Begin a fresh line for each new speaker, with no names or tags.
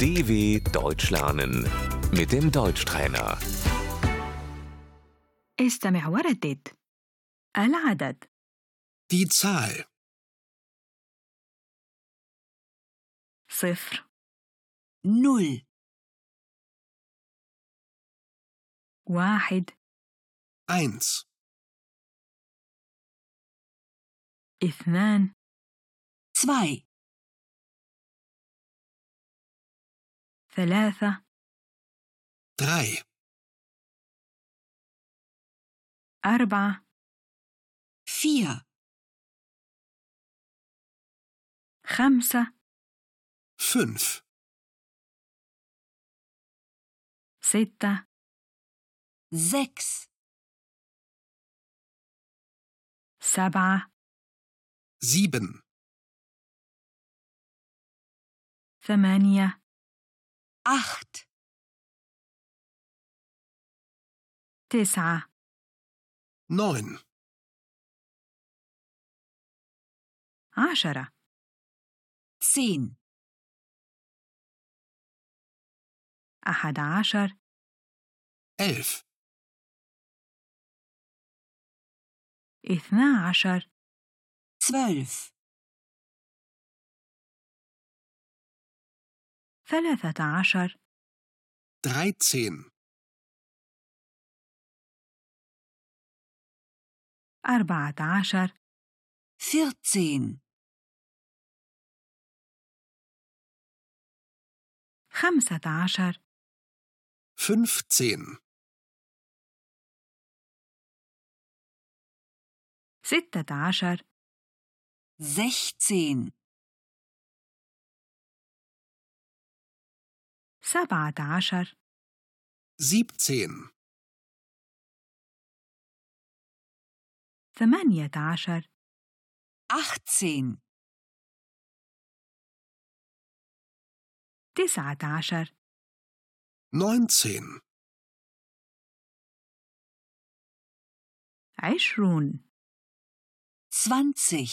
DW Deutsch lernen mit dem Deutschtrainer.
استمع وردد العدد
Die Zahl
صفر
null,
واحد
1,
اثنان
zwei,
ثلاثة
3,
أربعة
vier,
خمسة
5,
ستة
sechs,
سبعة
7,
ثمانية
acht,
تسعة
9,
عشرة
zehn,
أحد عشر
11,
اثنا عشر
zwölf,
ثلاثة عشر
13,
أربعة عشر
vierzehn,
خمسة عشر
15,
ستة عشر
sechzehn,
سبعة عشر
17,
ثمانية عشر
achtzehn,
تسعة عشر
19,
عشرون
zwanzig.